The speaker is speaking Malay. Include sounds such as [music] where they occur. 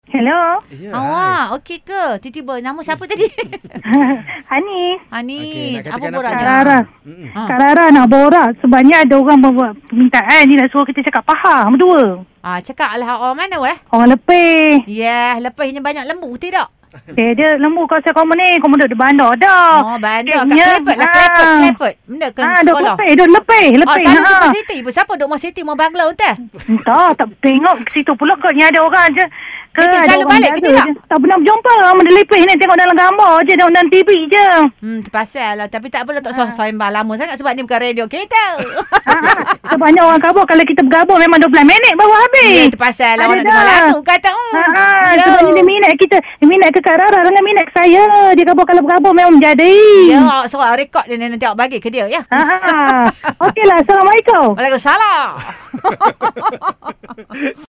[laughs] Hello. Ya, hai. Awak okey ke? Tiba-tiba nama siapa [laughs] tadi? Hanis. Okey, Anis. nak apa katakan boranya? Kak Rara. Mm-mm. Ha. Kak Rara nak borak sebabnya ada orang membuat permintaan ni nak suruh kita cakap faham dua. Ah, cakap lah orang mana weh? Orang lepih. Yeah, lepas ini banyak lembu tidak? Dia Eh, dia lembu kau saya komen ni, kau duduk di bandar dah. Oh, bandar kat Keknya, Klepet lah, ah. Klepet, Klepet. Benda kan Ah, duk sekolah. lepih, duk lepih, Oh, lepih. sana ha. Timur City pun. Siapa duk Timur City, mau Bangla entah? Entah, tak tengok ke situ pula kot ni ada orang je. Ke Kita selalu balik ke jaga tidak? je. Tak pernah berjumpa orang benda lepih ni tengok dalam gambar je, dalam, dalam TV je. [laughs] Hmm, terpaksa lah. Tapi tak apalah tak usah sembah lama sangat sebab ni bukan radio kita. Ha, ha. Sebanyak orang kabur kalau kita bergabung memang 12 minit baru [laughs] Ya, habis. terpaksa lah orang nak Ada dengar dah. lagu. Kata, hmm. Ha, ha, yo. sebab dia minat kita. Dia minat ke Kak Rara dengan minat ke saya. Dia kabur kalau bergabung memang menjadi. Ya, awak suruh rekod dia nanti awak bagi ke dia, ya. Ha, ha. Okeylah. Assalamualaikum. [laughs] Waalaikumsalam.